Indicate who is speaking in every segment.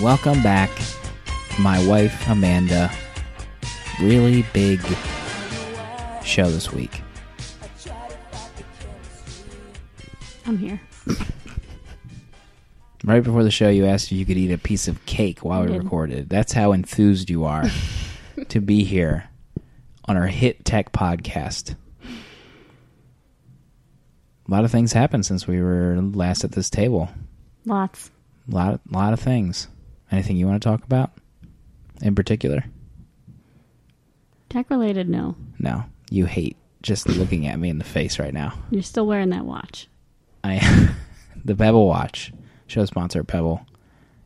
Speaker 1: Welcome back, my wife Amanda. Really big show this week.
Speaker 2: I'm here.
Speaker 1: Right before the show, you asked if you could eat a piece of cake while we
Speaker 2: did.
Speaker 1: recorded. That's how enthused you are to be here on our Hit Tech podcast. A lot of things happened since we were last at this table.
Speaker 2: Lots.
Speaker 1: A lot, lot of things. Anything you want to talk about in particular?
Speaker 2: Tech related, no.
Speaker 1: No, you hate just looking at me in the face right now.
Speaker 2: You're still wearing that watch.
Speaker 1: I the Pebble Watch show sponsor Pebble.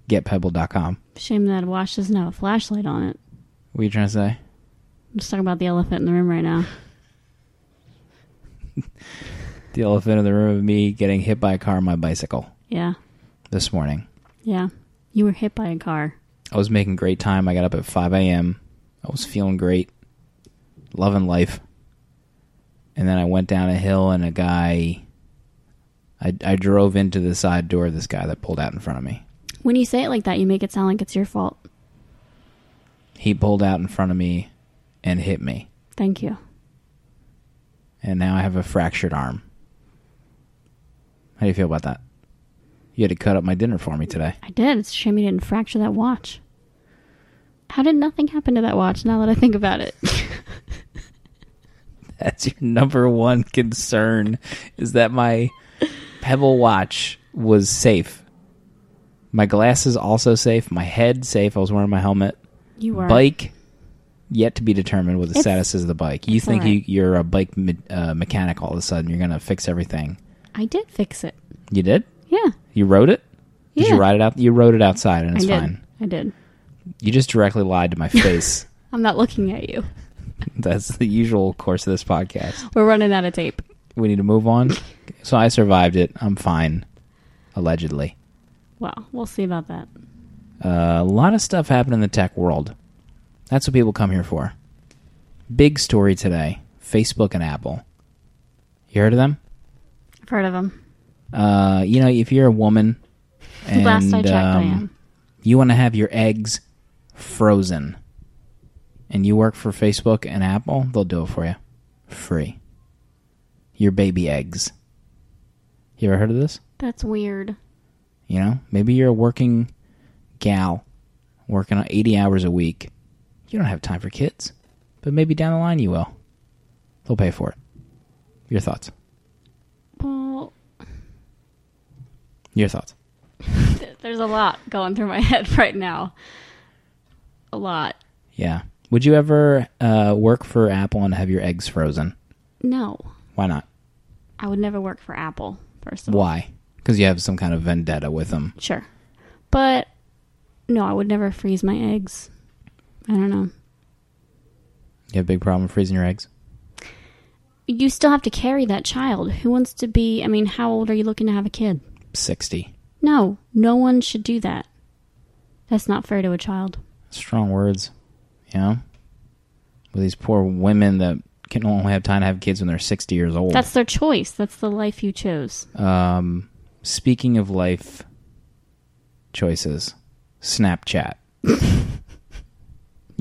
Speaker 1: GetPebble.com.
Speaker 2: Shame that watch doesn't have a flashlight on it.
Speaker 1: What are you trying to say?
Speaker 2: I'm just talking about the elephant in the room right now.
Speaker 1: The elephant in the room of me getting hit by a car on my bicycle
Speaker 2: Yeah.
Speaker 1: this morning.
Speaker 2: Yeah. You were hit by a car.
Speaker 1: I was making great time. I got up at 5 a.m. I was feeling great, loving life. And then I went down a hill and a guy. I, I drove into the side door of this guy that pulled out in front of me.
Speaker 2: When you say it like that, you make it sound like it's your fault.
Speaker 1: He pulled out in front of me and hit me.
Speaker 2: Thank you.
Speaker 1: and now I have a fractured arm. How do you feel about that? You had to cut up my dinner for me today.
Speaker 2: I did. It's a shame you didn't fracture that watch. How did nothing happen to that watch now that I think about it?
Speaker 1: That's your number one concern is that my Pebble watch was safe. My glasses also safe, my head safe. I was wearing my helmet.
Speaker 2: you were.
Speaker 1: Bike yet to be determined what the
Speaker 2: It's-
Speaker 1: status is of the bike. You
Speaker 2: it's
Speaker 1: think
Speaker 2: all
Speaker 1: you,
Speaker 2: right.
Speaker 1: you're a bike me- uh, mechanic all of a sudden. You're going to fix everything.
Speaker 2: I did fix it.
Speaker 1: You did?
Speaker 2: Yeah.
Speaker 1: You rode it? Did you
Speaker 2: Yeah.
Speaker 1: ride it out? You rode it outside and
Speaker 2: I
Speaker 1: it's
Speaker 2: did.
Speaker 1: fine.
Speaker 2: I did.
Speaker 1: You just directly lied to my face.
Speaker 2: I'm not looking at you.
Speaker 1: That's the usual course of this podcast.
Speaker 2: We're running out of tape.
Speaker 1: We need to move on. So I survived it. I'm fine, allegedly.
Speaker 2: Well, we'll see about that.
Speaker 1: Uh, a lot of stuff happened in the tech world. That's what people come here for. Big story today Facebook and Apple. You heard of them?
Speaker 2: I've heard of them.
Speaker 1: Uh, you know, if you're a woman and
Speaker 2: Last I checked, I
Speaker 1: um,
Speaker 2: am.
Speaker 1: you want to have your eggs frozen and you work for Facebook and Apple, they'll do it for you. Free. Your baby eggs. You ever heard of this?
Speaker 2: That's weird.
Speaker 1: You know, maybe you're a working gal working on 80 hours a week. You don't have time for kids, but maybe down the line you will. They'll pay for it. Your thoughts.
Speaker 2: Well,
Speaker 1: Your thoughts.
Speaker 2: th- there's a lot going through my head right now. A lot.
Speaker 1: Yeah. Would you ever uh, work for Apple and have your eggs frozen?
Speaker 2: No,
Speaker 1: Why not?
Speaker 2: I would never work for Apple, first of all.
Speaker 1: Why? Because you have some kind of vendetta with them.
Speaker 2: Sure. But no, I would never freeze my eggs. I don't know.
Speaker 1: You have a big problem freezing your eggs.
Speaker 2: You still have to carry that child. Who wants to be, I mean, how old are you looking to have a kid?
Speaker 1: Sixty.
Speaker 2: No, no one should do that. That's not fair to a child.
Speaker 1: Strong words. You know? With these poor women that can only have time to have kids when they're sixty years old.
Speaker 2: That's their choice. That's the life you chose.
Speaker 1: um speaking of life choices, Snapchat. you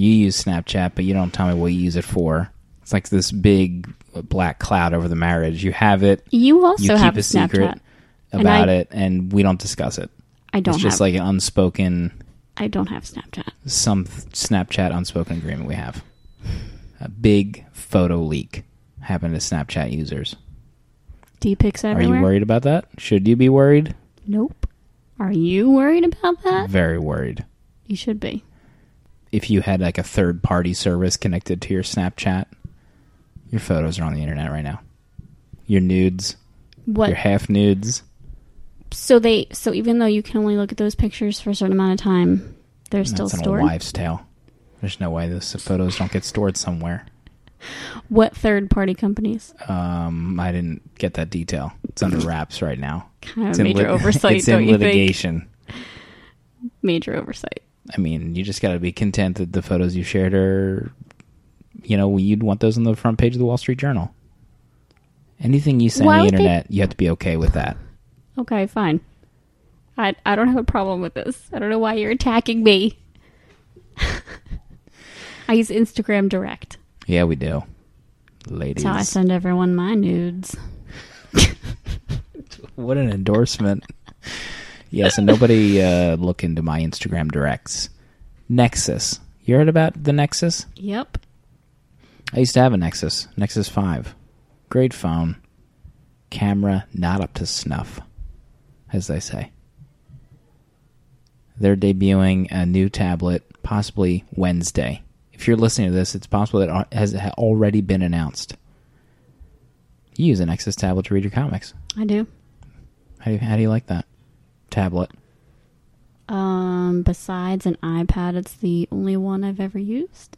Speaker 1: use Snapchat, but you don't tell me what you use it for. It's like this big black cloud over the marriage. You have it,
Speaker 2: You also
Speaker 1: you keep
Speaker 2: have
Speaker 1: a
Speaker 2: Snapchat.
Speaker 1: secret
Speaker 2: And
Speaker 1: about
Speaker 2: I-
Speaker 1: it, and we don't discuss it.
Speaker 2: I don't
Speaker 1: It's just
Speaker 2: have
Speaker 1: like an unspoken
Speaker 2: I don't have Snapchat.
Speaker 1: some th- Snapchat unspoken agreement we have. A big photo leak happened to Snapchat users.
Speaker 2: Do you pics
Speaker 1: Are
Speaker 2: everywhere?
Speaker 1: you worried about that? Should you be worried?
Speaker 2: Nope. Are you worried about that?
Speaker 1: Very worried.
Speaker 2: You should be.
Speaker 1: If you had like a third party service connected to your Snapchat, your photos are on the internet right now. Your nudes, your
Speaker 2: What?
Speaker 1: half nudes.
Speaker 2: So they so even though you can only look at those pictures for a certain amount of time, they're still
Speaker 1: That's an
Speaker 2: stored.
Speaker 1: old wives' tale. There's no way those photos don't get stored somewhere.
Speaker 2: What third party companies?
Speaker 1: Um, I didn't get that detail. It's under wraps right now.
Speaker 2: Kind of
Speaker 1: It's
Speaker 2: major
Speaker 1: lit-
Speaker 2: oversight,
Speaker 1: it's
Speaker 2: don't
Speaker 1: in
Speaker 2: you
Speaker 1: litigation.
Speaker 2: think? Major oversight.
Speaker 1: I mean, you just got to be content that the photos you shared are, you know, you'd want those on the front page of the Wall Street Journal. Anything you say on
Speaker 2: Why
Speaker 1: the
Speaker 2: would they-
Speaker 1: internet, you have to be okay with that.
Speaker 2: Okay, fine. I I don't have a problem with this. I don't know why you're attacking me. I use Instagram Direct.
Speaker 1: Yeah, we do, ladies.
Speaker 2: That's how I send everyone my nudes.
Speaker 1: What an endorsement. yes, and nobody uh, look into my Instagram directs. Nexus. You heard about the Nexus?
Speaker 2: Yep.
Speaker 1: I used to have a Nexus, Nexus 5. Great phone. Camera not up to snuff, as they say. They're debuting a new tablet, possibly Wednesday. If you're listening to this, it's possible that it has already been announced. You use a Nexus tablet to read your comics.
Speaker 2: I do.
Speaker 1: How do you, how do you like that tablet?
Speaker 2: Um, besides an iPad, it's the only one I've ever used.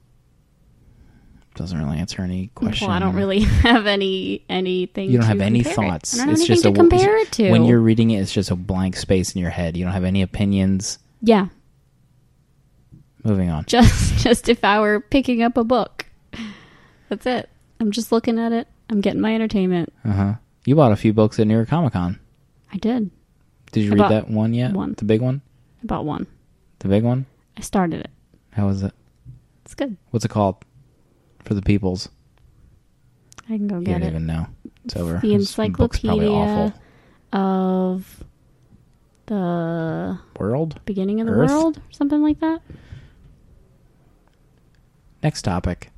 Speaker 1: Doesn't really answer any question.
Speaker 2: Well, I don't really have any anything.
Speaker 1: You don't
Speaker 2: to
Speaker 1: have any
Speaker 2: compare it.
Speaker 1: thoughts.
Speaker 2: I don't have
Speaker 1: it's
Speaker 2: anything
Speaker 1: just
Speaker 2: to
Speaker 1: a
Speaker 2: compare it to.
Speaker 1: When you're reading it, it's just a blank space in your head. You don't have any opinions.
Speaker 2: yeah,
Speaker 1: Moving on.
Speaker 2: just just if I were picking up a book, that's it. I'm just looking at it. I'm getting my entertainment.
Speaker 1: Uh huh. You bought a few books at New York Comic Con.
Speaker 2: I did.
Speaker 1: Did you
Speaker 2: I
Speaker 1: read
Speaker 2: bought
Speaker 1: that one yet?
Speaker 2: one.
Speaker 1: The big one.
Speaker 2: I bought one.
Speaker 1: The big one.
Speaker 2: I started it.
Speaker 1: How is it?
Speaker 2: It's good.
Speaker 1: What's it called? For the peoples.
Speaker 2: I can go
Speaker 1: You
Speaker 2: get
Speaker 1: don't
Speaker 2: it.
Speaker 1: even know. It's over.
Speaker 2: the
Speaker 1: This book's probably
Speaker 2: Encyclopedia
Speaker 1: awful.
Speaker 2: of the
Speaker 1: World.
Speaker 2: beginning of the
Speaker 1: Earth?
Speaker 2: world, or something like that.
Speaker 1: Next topic.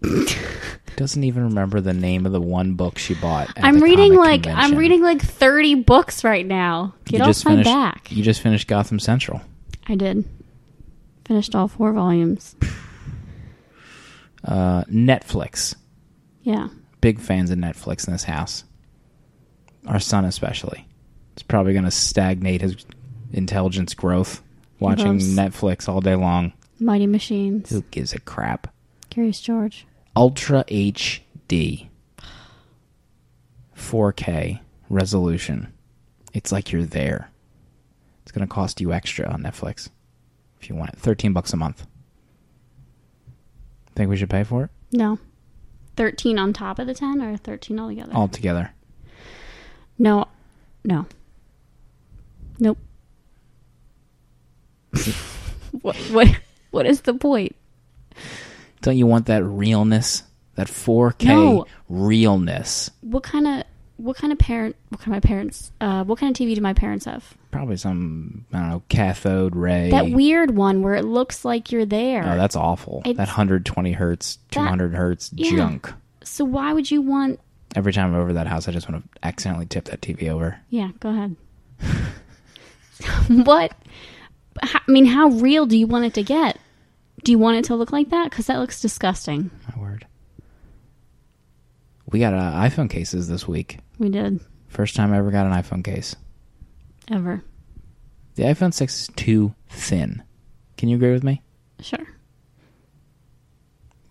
Speaker 1: Doesn't even remember the name of the one book she bought. at
Speaker 2: I'm
Speaker 1: the
Speaker 2: reading
Speaker 1: comic
Speaker 2: like I'm
Speaker 1: convention.
Speaker 2: reading like 30 books right now. Get
Speaker 1: You
Speaker 2: off
Speaker 1: just
Speaker 2: my
Speaker 1: finished-
Speaker 2: back.
Speaker 1: You just finished Gotham Central.
Speaker 2: I did. Finished all four volumes.
Speaker 1: Uh, Netflix.
Speaker 2: Yeah.
Speaker 1: Big fans of Netflix in this house. Our son, especially. It's probably going to stagnate his intelligence growth watching
Speaker 2: loves-
Speaker 1: Netflix all day long.
Speaker 2: Mighty Machines.
Speaker 1: Who gives a crap?
Speaker 2: Curious George.
Speaker 1: Ultra HD 4K resolution. It's like you're there. It's going to cost you extra on Netflix if you want it. 13 bucks a month. Think we should pay for it?
Speaker 2: No. 13 on top of the 10 or 13 altogether?
Speaker 1: All together.
Speaker 2: No. No. Nope. what what what is the point?
Speaker 1: Don't you want that realness? That 4K
Speaker 2: No.
Speaker 1: realness.
Speaker 2: What kind of what kind of parent what kind of my parents uh what kind of TV do my parents have?
Speaker 1: Probably some, I don't know, cathode ray.
Speaker 2: That weird one where it looks like you're there.
Speaker 1: oh, that's awful.
Speaker 2: It's-
Speaker 1: that 120 hertz, 200 hertz
Speaker 2: Yeah.
Speaker 1: junk.
Speaker 2: so why would you want
Speaker 1: Every time I'm over that house, I just want to accidentally tip that TV over.
Speaker 2: Yeah, go ahead. what? I mean, how real do you want it to get? Do you want it to look like that? Because that looks disgusting.
Speaker 1: My word. We got uh, iPhone cases this week.
Speaker 2: We did
Speaker 1: First time I ever got an iPhone case.
Speaker 2: ever.
Speaker 1: The iPhone 6 is too thin. Can you agree with me?
Speaker 2: Sure.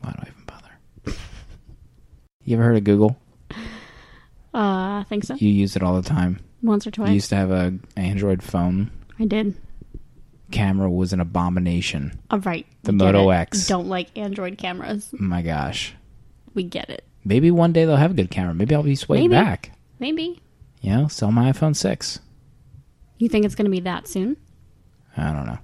Speaker 1: Why do I even bother? you ever heard of Google?
Speaker 2: Uh, I think so.
Speaker 1: You use it all the time.
Speaker 2: Once
Speaker 1: I
Speaker 2: or twice.
Speaker 1: used to have a Android phone.
Speaker 2: I did.
Speaker 1: Camera was an abomination.
Speaker 2: All right.
Speaker 1: The
Speaker 2: we get
Speaker 1: Moto
Speaker 2: it.
Speaker 1: X.
Speaker 2: Don't like Android cameras.
Speaker 1: My gosh.
Speaker 2: We get it.
Speaker 1: Maybe one day they'll have a good camera. Maybe I'll be swayed
Speaker 2: Maybe.
Speaker 1: back.
Speaker 2: Maybe.
Speaker 1: You know, sell my iPhone 6.
Speaker 2: You think it's going to be that soon?
Speaker 1: I don't know.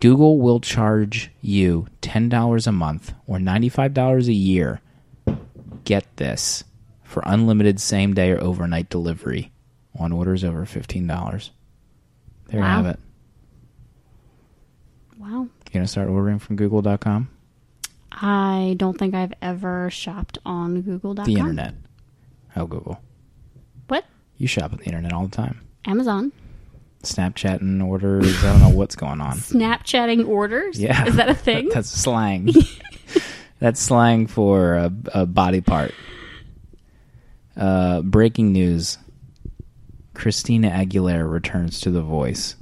Speaker 1: Google will charge you $10 a month or $95 a year. Get this for unlimited same day or overnight delivery on orders over $15. There
Speaker 2: Wow.
Speaker 1: you have it.
Speaker 2: Wow.
Speaker 1: You going to start ordering from google.com?
Speaker 2: I don't think I've ever shopped on Google.com.
Speaker 1: The internet. Oh, Google.
Speaker 2: What?
Speaker 1: You shop at the internet all the time.
Speaker 2: Amazon.
Speaker 1: Snapchatting orders. I don't know what's going on.
Speaker 2: Snapchatting orders.
Speaker 1: Yeah.
Speaker 2: Is that a thing?
Speaker 1: That's slang. That's slang for a, a body part. Uh, breaking news Christina Aguilera returns to The Voice.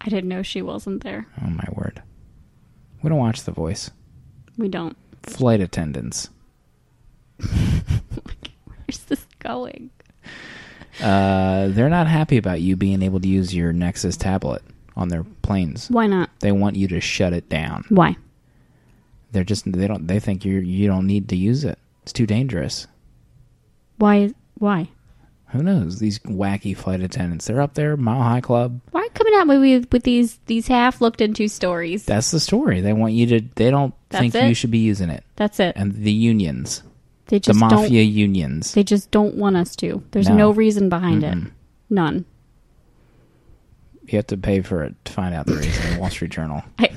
Speaker 2: I didn't know she wasn't there.
Speaker 1: Oh, my word. We don't watch The Voice.
Speaker 2: We don't.
Speaker 1: Flight attendants.
Speaker 2: Where's this going?
Speaker 1: Uh, they're not happy about you being able to use your Nexus tablet on their planes.
Speaker 2: Why not?
Speaker 1: They want you to shut it down.
Speaker 2: Why?
Speaker 1: They're just they don't they think you you don't need to use it. It's too dangerous.
Speaker 2: Why? is- Why?
Speaker 1: Who knows? These wacky flight attendants. They're up there, Mile High Club.
Speaker 2: Why coming out with with these these half looked into stories?
Speaker 1: That's the story. They want you to they don't
Speaker 2: That's
Speaker 1: think
Speaker 2: it?
Speaker 1: you should be using it.
Speaker 2: That's it.
Speaker 1: And the unions.
Speaker 2: They
Speaker 1: The
Speaker 2: just don't.
Speaker 1: mafia unions.
Speaker 2: They just don't want us to. There's
Speaker 1: No.
Speaker 2: no, reason behind it. None.
Speaker 1: You have to pay for it to find out the reason. Wall Street Journal.
Speaker 2: I,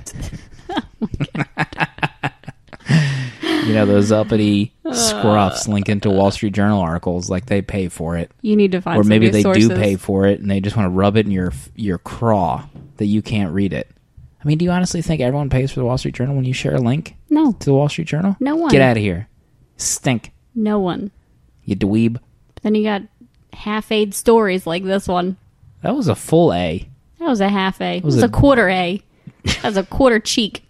Speaker 1: You know those uppity scruffs link into Wall Street Journal articles like they pay for it,
Speaker 2: you need to find.
Speaker 1: or
Speaker 2: some
Speaker 1: maybe
Speaker 2: new
Speaker 1: they
Speaker 2: sources.
Speaker 1: do pay for it and they just want to rub it in your your craw that you can't read it. I mean, do you honestly think everyone pays for the Wall Street Journal when you share a link
Speaker 2: No,
Speaker 1: to the Wall Street Journal?
Speaker 2: No one.
Speaker 1: Get out of here. Stink.
Speaker 2: no one.
Speaker 1: You dweeb.
Speaker 2: Then you got half-aid stories like this one.
Speaker 1: That was a full A.
Speaker 2: That was a half A. It was,
Speaker 1: was
Speaker 2: a,
Speaker 1: a-
Speaker 2: quarter A. That was a quarter cheek.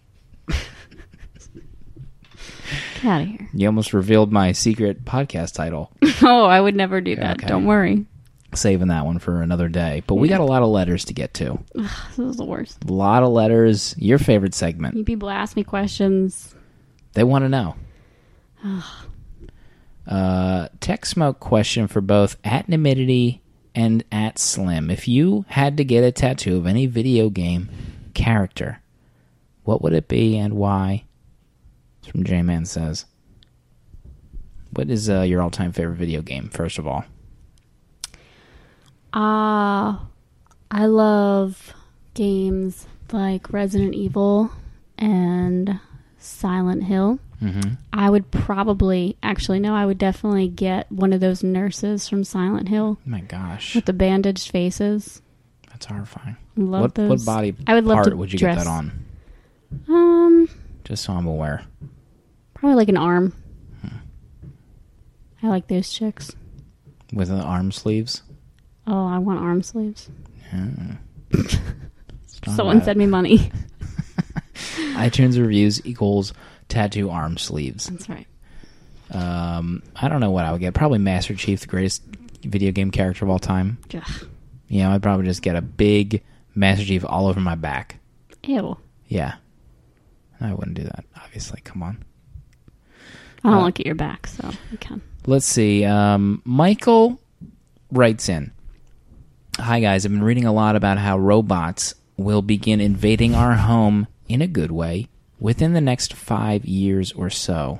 Speaker 2: Get out of here.
Speaker 1: You almost revealed my secret podcast title.
Speaker 2: Oh, I would never do that.
Speaker 1: Okay.
Speaker 2: Don't worry.
Speaker 1: Saving that one for another day. But we got a lot of letters to get to.
Speaker 2: This is the worst.
Speaker 1: A lot of letters. Your favorite segment.
Speaker 2: You people ask me questions.
Speaker 1: They want to know. uh, tech smoke question for both at Nimidity and at Slim. If you had to get a tattoo of any video game character, what would it be and why? It's from J Man says. What is uh, your all time favorite video game, first of all?
Speaker 2: Ah, I love games like Resident Evil and Silent Hill. I would probably, actually, no, I would definitely get one of those nurses from Silent Hill
Speaker 1: Oh my gosh.
Speaker 2: with the bandaged faces.
Speaker 1: That's horrifying.
Speaker 2: Love
Speaker 1: what,
Speaker 2: those.
Speaker 1: what body
Speaker 2: I would love
Speaker 1: part
Speaker 2: to
Speaker 1: would you get
Speaker 2: dress-
Speaker 1: that on?
Speaker 2: Um,
Speaker 1: Just so I'm aware.
Speaker 2: probably like an arm. I like those chicks.
Speaker 1: With the arm sleeves?
Speaker 2: Oh, I want arm sleeves.
Speaker 1: It's not
Speaker 2: Someone
Speaker 1: bad.
Speaker 2: send me money.
Speaker 1: iTunes reviews equals tattoo arm sleeves.
Speaker 2: That's right.
Speaker 1: Um, I don't know what I would get. Probably Master Chief, the greatest video game character of all time.
Speaker 2: Ugh.
Speaker 1: You know, I'd probably just get a big Master Chief all over my back.
Speaker 2: Ew.
Speaker 1: Yeah. I wouldn't do that, obviously. Come on.
Speaker 2: I don't
Speaker 1: Uh,
Speaker 2: look at your back, so you can.
Speaker 1: Let's see. Um, Michael writes in Hi, guys. I've been reading a lot about how robots will begin invading our home in a good way within the next five years or so.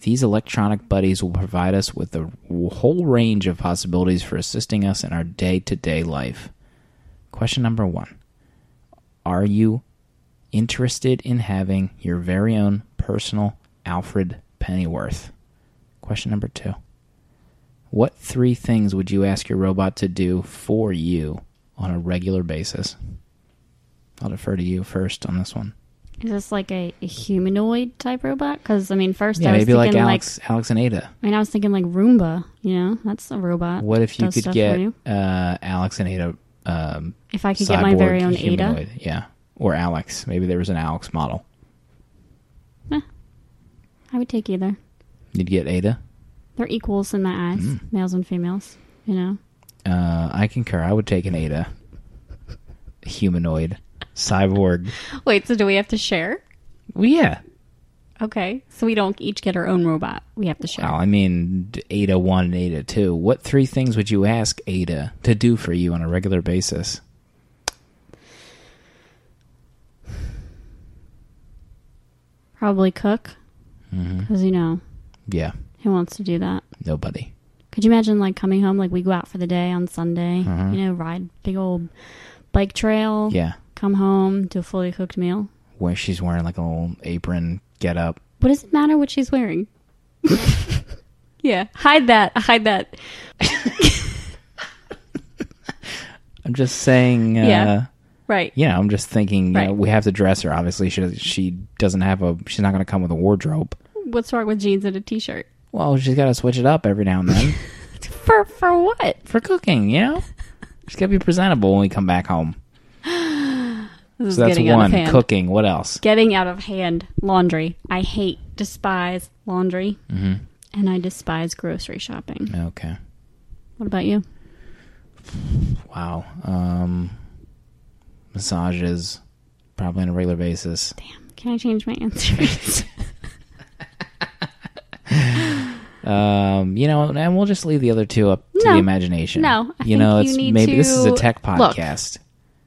Speaker 1: These electronic buddies will provide us with a whole range of possibilities for assisting us in our day to day life. Question number one Are you interested in having your very own personal Alfred Pennyworth? Question number two What three things would you ask your robot to do for you on a regular basis? I'll defer to you first on this one.
Speaker 2: Is this like a, a humanoid type robot? Because I mean, first
Speaker 1: Yeah,
Speaker 2: I was
Speaker 1: maybe
Speaker 2: thinking
Speaker 1: like
Speaker 2: like,
Speaker 1: Alex, Alex and Ada.
Speaker 2: I mean, I was thinking like Roomba. You know, that's a robot.
Speaker 1: What if you
Speaker 2: Does
Speaker 1: could
Speaker 2: uh, stuff
Speaker 1: get
Speaker 2: for you.
Speaker 1: uh, Alex and Ada? Um,
Speaker 2: If I could get my very
Speaker 1: cyborg
Speaker 2: own Ada, Eh,
Speaker 1: humanoid? Yeah, or Alex. Maybe there was an Alex model.
Speaker 2: I would take either.
Speaker 1: You'd get Ada.
Speaker 2: They're equals in my eyes,
Speaker 1: Hmm.
Speaker 2: males and females. You know,
Speaker 1: Uh, I concur. I would take an Ada. Humanoid, cyborg.
Speaker 2: wait. So do we have to share?
Speaker 1: Well, yeah.
Speaker 2: Okay, so we don't each get our own robot. We have to share.
Speaker 1: Well, I mean, d- Ada one and Ada two. What three things would you ask Ada to do for you on a regular basis?
Speaker 2: Probably cook,
Speaker 1: Mm-hmm.
Speaker 2: because you know
Speaker 1: Yeah,
Speaker 2: who wants to do that.
Speaker 1: nobody.
Speaker 2: Could you imagine like coming home? Like we go out for the day on Sunday. You know, ride big old bike trail.
Speaker 1: Mm-hmm. Yeah,
Speaker 2: Come home to a fully cooked meal.
Speaker 1: where she's wearing like a little apron, get up.
Speaker 2: What does it matter what she's wearing? yeah, hide that. Hide that.
Speaker 1: I'm just saying. Uh,
Speaker 2: Yeah. Right.
Speaker 1: you know, I'm just thinking. You know,
Speaker 2: Right.
Speaker 1: we have to dress her. Obviously, she does- she doesn't have a. She's not going to come with a wardrobe.
Speaker 2: What's wrong with jeans and a t-shirt?
Speaker 1: Well, she's got to switch it up every now and then
Speaker 2: For for what?
Speaker 1: for cooking. You know, she's got to be presentable when we come back home.
Speaker 2: This is
Speaker 1: So that's
Speaker 2: getting out of
Speaker 1: one
Speaker 2: hand.
Speaker 1: cooking. What else?
Speaker 2: Getting out of hand. Laundry. I hate, despise laundry,
Speaker 1: Mm-hmm.
Speaker 2: and I despise grocery shopping.
Speaker 1: Okay.
Speaker 2: What about you?
Speaker 1: Wow. Um, massages, probably on a regular basis.
Speaker 2: Damn. Can I change my answers?
Speaker 1: Um, you know, and we'll just leave the other two up to
Speaker 2: No.
Speaker 1: the imagination.
Speaker 2: No, I
Speaker 1: you
Speaker 2: think
Speaker 1: know,
Speaker 2: you
Speaker 1: it's
Speaker 2: need
Speaker 1: maybe this is a
Speaker 2: to
Speaker 1: tech
Speaker 2: look.
Speaker 1: podcast,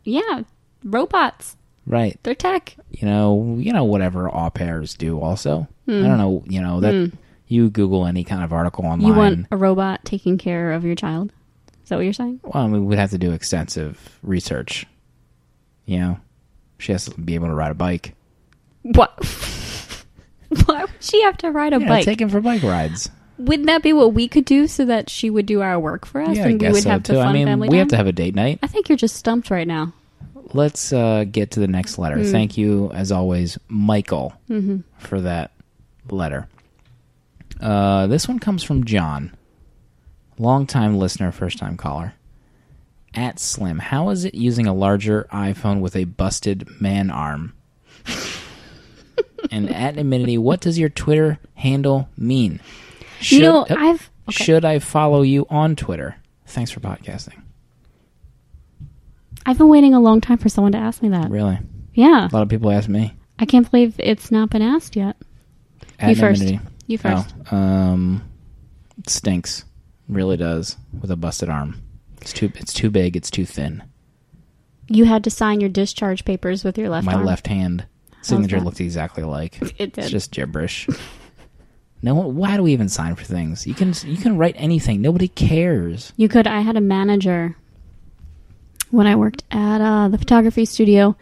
Speaker 2: yeah. Robots.
Speaker 1: right?
Speaker 2: They're tech.
Speaker 1: you know, you know whatever au pairs do. Also, I don't know, you know that you Google any kind of article online.
Speaker 2: Hmm. You want a robot taking care of your child? Is that what you're saying?
Speaker 1: well, I mean, we'd have to do extensive research. You know, she has to be able to ride a bike.
Speaker 2: What? Why would she have to ride a
Speaker 1: Yeah,
Speaker 2: bike?
Speaker 1: take him for bike rides.
Speaker 2: Wouldn't that be what we could do so that she would do our work for us
Speaker 1: yeah,
Speaker 2: and
Speaker 1: I guess
Speaker 2: we would
Speaker 1: so
Speaker 2: have
Speaker 1: too.
Speaker 2: the fun
Speaker 1: I mean,
Speaker 2: family
Speaker 1: we
Speaker 2: time?
Speaker 1: have to have a date night.
Speaker 2: I think you're just stumped right now.
Speaker 1: Let's uh, get to the next letter.
Speaker 2: Hmm.
Speaker 1: Thank you, as always, Michael,
Speaker 2: Mm-hmm.
Speaker 1: for that letter. Uh, this one comes from John, longtime listener, first time caller. At Slim, how is it using a larger iPhone with a busted man arm? and at Aminity, what does your Twitter handle mean? Should,
Speaker 2: you know,
Speaker 1: oh,
Speaker 2: I've okay.
Speaker 1: should I follow you on Twitter? Thanks for podcasting.
Speaker 2: I've been waiting a long time for someone to ask me that.
Speaker 1: Really,
Speaker 2: Yeah,
Speaker 1: a lot of people ask me.
Speaker 2: I can't believe it's not been asked yet.
Speaker 1: At
Speaker 2: you first.
Speaker 1: Anonymity.
Speaker 2: You first.
Speaker 1: Oh, um, it stinks. Really does with a busted arm. It's too. It's too big. It's too thin.
Speaker 2: You had to sign your discharge papers with your left
Speaker 1: My
Speaker 2: arm.
Speaker 1: left hand signature
Speaker 2: that?
Speaker 1: looked exactly like.
Speaker 2: It did.
Speaker 1: It's just gibberish. no. one- Why do we even sign for things? You can. You can write anything. Nobody cares.
Speaker 2: You could. I had a manager when I worked at uh, the photography studio.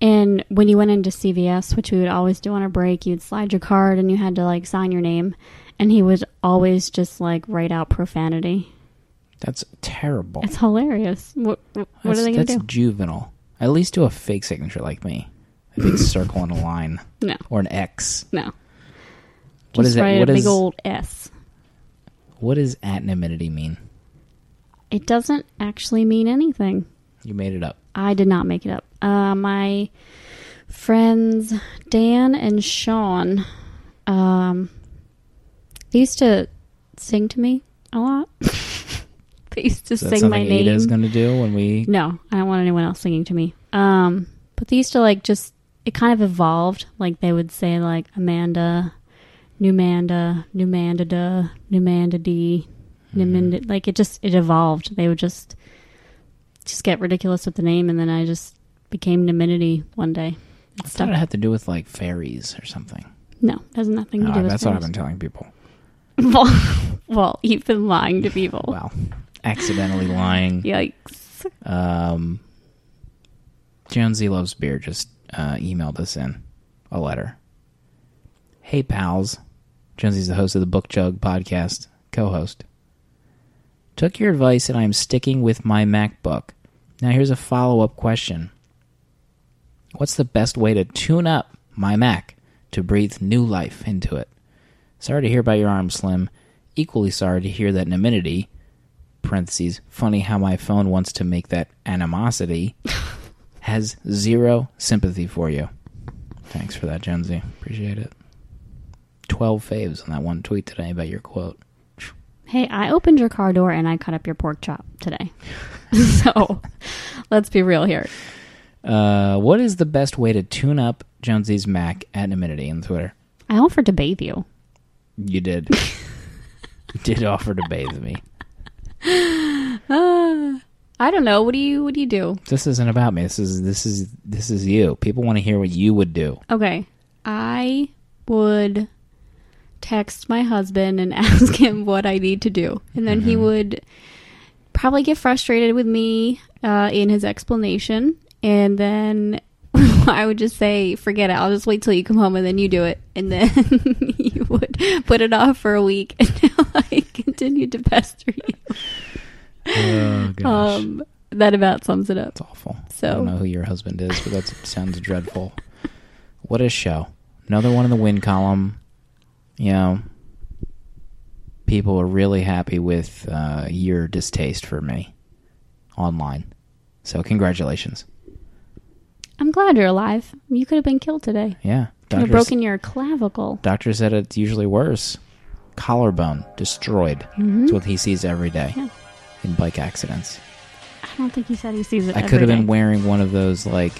Speaker 2: And when you went into CVS, which we would always do on our break, you'd slide your card and you had to like sign your name. And he would always just like write out profanity.
Speaker 1: That's terrible.
Speaker 2: It's hilarious. What, what
Speaker 1: that's,
Speaker 2: are they going
Speaker 1: That's
Speaker 2: to do?
Speaker 1: juvenile. At least do a fake signature like me. A big circle and a line
Speaker 2: No,
Speaker 1: or an X.
Speaker 2: no.
Speaker 1: What is
Speaker 2: just
Speaker 1: it?
Speaker 2: write
Speaker 1: What
Speaker 2: a
Speaker 1: is
Speaker 2: big old S.
Speaker 1: what does anonymity mean?
Speaker 2: It doesn't actually mean anything.
Speaker 1: You made it up.
Speaker 2: I did not make it up. Uh, my friends Dan and Sean, um, they used to sing to me a lot. they used to
Speaker 1: Is that
Speaker 2: sing my
Speaker 1: something
Speaker 2: name.
Speaker 1: Ada's going to do when we
Speaker 2: no, I don't want anyone else singing to me. Um, but they used to like just. It kind of evolved. Like they would say like Amanda, Numanda, Numanda, da, Numanda D, Numanda.
Speaker 1: Mm-hmm.
Speaker 2: Like it just it evolved. They would just just get ridiculous with the name, and then I just became Numinity one day. It
Speaker 1: I thought it
Speaker 2: stuck.
Speaker 1: had to do with like fairies or something.
Speaker 2: No, it has nothing to do
Speaker 1: Oh,
Speaker 2: with
Speaker 1: that's what I've been
Speaker 2: things.
Speaker 1: telling people.
Speaker 2: well, well, you've been lying to people.
Speaker 1: Wow. Accidentally lying.
Speaker 2: Yikes!
Speaker 1: Um, Jonesy Loves Beer just uh, emailed us in a letter. Hey, pals. Jonesy's the host of the Book Jug podcast, co host. Took your advice and I am sticking with my MacBook. Now, here's a follow up question What's the best way to tune up my Mac to breathe new life into it? Sorry to hear about your arm, Slim. Equally sorry to hear that Naminity, parentheses, funny how my phone wants to make that animosity, has zero sympathy for you. Thanks for that, Jonesy. Appreciate it. 12 faves on that one tweet today about your quote.
Speaker 2: Hey, I opened your car door and I cut up your pork chop today. so, let's be real here.
Speaker 1: Uh, what is the best way to tune up Jonesy's Mac at Naminity on Twitter?
Speaker 2: I offered to bathe you.
Speaker 1: You did. You did offer to bathe me.
Speaker 2: I don't know. What do you What do you do?
Speaker 1: This isn't about me. This is this is this is you. People want to hear what you would do.
Speaker 2: Okay, I would text my husband and ask him what I need to do, and then
Speaker 1: Mm-hmm.
Speaker 2: he would probably get frustrated with me uh, in his explanation, and then. I would just say, forget it. I'll just wait till you come home and then you do it. And then you would put it off for a week until I continued to pester you.
Speaker 1: Oh gosh.
Speaker 2: Um, that about sums it up.
Speaker 1: It's awful.
Speaker 2: So-
Speaker 1: I don't know who your husband is, but that sounds dreadful. What a show! Another one in the win column. You know, people are really happy with uh, your distaste for me online. So congratulations.
Speaker 2: I'm glad you're alive. You could have been killed today.
Speaker 1: Yeah,
Speaker 2: Could
Speaker 1: Doctors-
Speaker 2: have broken your clavicle.
Speaker 1: Doctor said it's usually worse. Collarbone destroyed. It's what he sees every day
Speaker 2: Mm-hmm. Yeah.
Speaker 1: in bike accidents.
Speaker 2: I don't think he said he sees it.
Speaker 1: I could have been wearing one of those like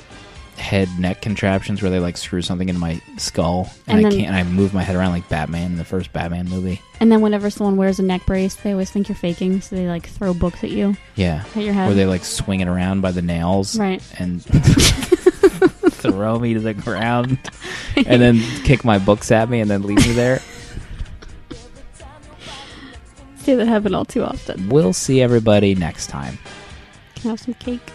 Speaker 1: head neck contraptions where they like screw something into my skull and,
Speaker 2: And
Speaker 1: I
Speaker 2: then-
Speaker 1: can't. And I move my head around like Batman in the first Batman movie.
Speaker 2: And then whenever someone wears a neck brace, they always think you're faking, so they like throw books at you,
Speaker 1: Yeah,
Speaker 2: at your
Speaker 1: where
Speaker 2: head.
Speaker 1: they like swing it around by the nails
Speaker 2: right.
Speaker 1: and throw me to the ground and then kick my books at me and then leave me there.
Speaker 2: See that happen all too often.
Speaker 1: We'll see everybody next time.
Speaker 2: Can I have some cake?